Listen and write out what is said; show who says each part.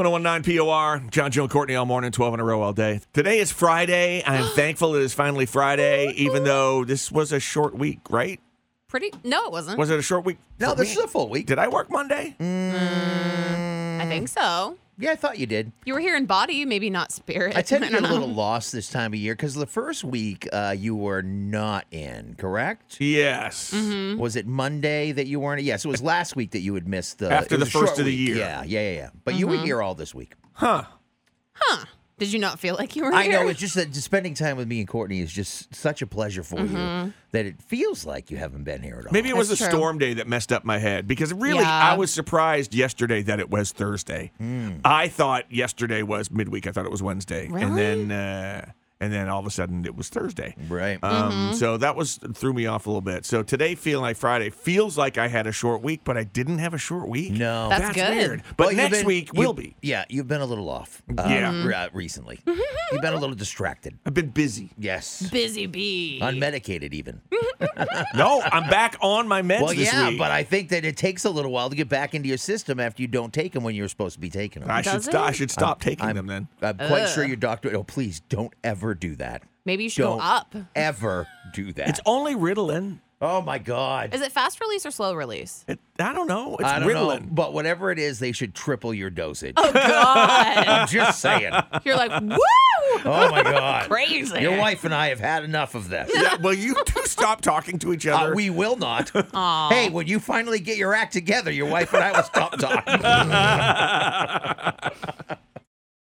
Speaker 1: 1019 POR, John, Joe, Courtney all morning, 12 in a row all day. Today is Friday. I'm thankful it is finally Friday, even though this was a short week, right?
Speaker 2: Pretty? No, it wasn't.
Speaker 1: Was it a short week?
Speaker 3: No,
Speaker 1: for
Speaker 3: this
Speaker 1: me?
Speaker 3: is a full week.
Speaker 1: Did I work Monday?
Speaker 2: I think
Speaker 3: Mm.
Speaker 2: so.
Speaker 3: Yeah, I thought you did.
Speaker 2: You were here in body, maybe not spirit.
Speaker 3: I tend to
Speaker 2: don't
Speaker 3: get
Speaker 2: know.
Speaker 3: a little lost this time of year because the first week uh, you were not in, correct?
Speaker 1: Yes.
Speaker 3: Was it Monday that you weren't? Yes, it was last week that you had missed the
Speaker 1: After
Speaker 3: it was
Speaker 1: the
Speaker 3: a
Speaker 1: first
Speaker 3: short
Speaker 1: of the
Speaker 3: week.
Speaker 1: year. Mm-hmm.
Speaker 3: Yeah, yeah, yeah. yeah. But you were here all this week.
Speaker 1: Huh.
Speaker 2: Did you not feel like you were
Speaker 3: I
Speaker 2: here?
Speaker 3: know it's just that spending time with me and Courtney is just such a pleasure for you that it feels like you haven't been here at all.
Speaker 1: Mm-hmm. Maybe it was
Speaker 2: That's
Speaker 1: the
Speaker 2: true.
Speaker 1: storm day that messed up my head because really
Speaker 2: Yeah.
Speaker 1: I was surprised yesterday that it was Thursday. I thought yesterday was midweek. I thought it was Wednesday. And
Speaker 2: Really?
Speaker 1: then uh, and then all of a sudden it was Thursday.
Speaker 3: right.
Speaker 1: Um,
Speaker 2: Mm-hmm.
Speaker 1: So that was threw me off a little bit. So today, feeling like Friday, feels like I had a short week, but I didn't have a short week.
Speaker 3: No.
Speaker 2: That's good.
Speaker 1: weird. But
Speaker 3: you've
Speaker 1: next
Speaker 3: been-
Speaker 1: week
Speaker 3: you-
Speaker 1: will be.
Speaker 3: Yeah, you've been a little off. Uh,
Speaker 1: Yeah.
Speaker 3: re- uh, recently, you've been a little distracted.
Speaker 1: I've been busy.
Speaker 3: Yes,
Speaker 2: busy bee.
Speaker 3: unmedicated even.
Speaker 1: No, I'm back on my meds
Speaker 3: Well,
Speaker 1: this
Speaker 3: yeah,
Speaker 1: week.
Speaker 3: but I think that it takes a little while to get back into your system after you don't take them when you're supposed to be taking them.
Speaker 1: I should
Speaker 2: Does
Speaker 1: st- I
Speaker 2: it?
Speaker 1: should stop taking them then.
Speaker 3: I'm quite sure
Speaker 2: Ugh.
Speaker 3: your doctor. Oh, please don't ever do that.
Speaker 2: maybe you should
Speaker 3: Don't
Speaker 2: go up.
Speaker 3: ever do that.
Speaker 1: It's only Ritalin.
Speaker 3: oh my God.
Speaker 2: Is it fast release or slow release?
Speaker 1: It, I don't know. It's
Speaker 3: I don't
Speaker 1: Ritalin.
Speaker 3: know, but whatever it is, they should triple your dosage.
Speaker 2: Oh. God.
Speaker 3: I'm just saying.
Speaker 2: You're like, woo!
Speaker 3: Oh my God.
Speaker 2: Crazy.
Speaker 3: Your wife and I have had enough of this.
Speaker 1: Yeah, well, you two stop talking to each
Speaker 3: Uh,
Speaker 1: other.
Speaker 3: we will not. Hey, when you finally get your act together, your wife and I will stop talking.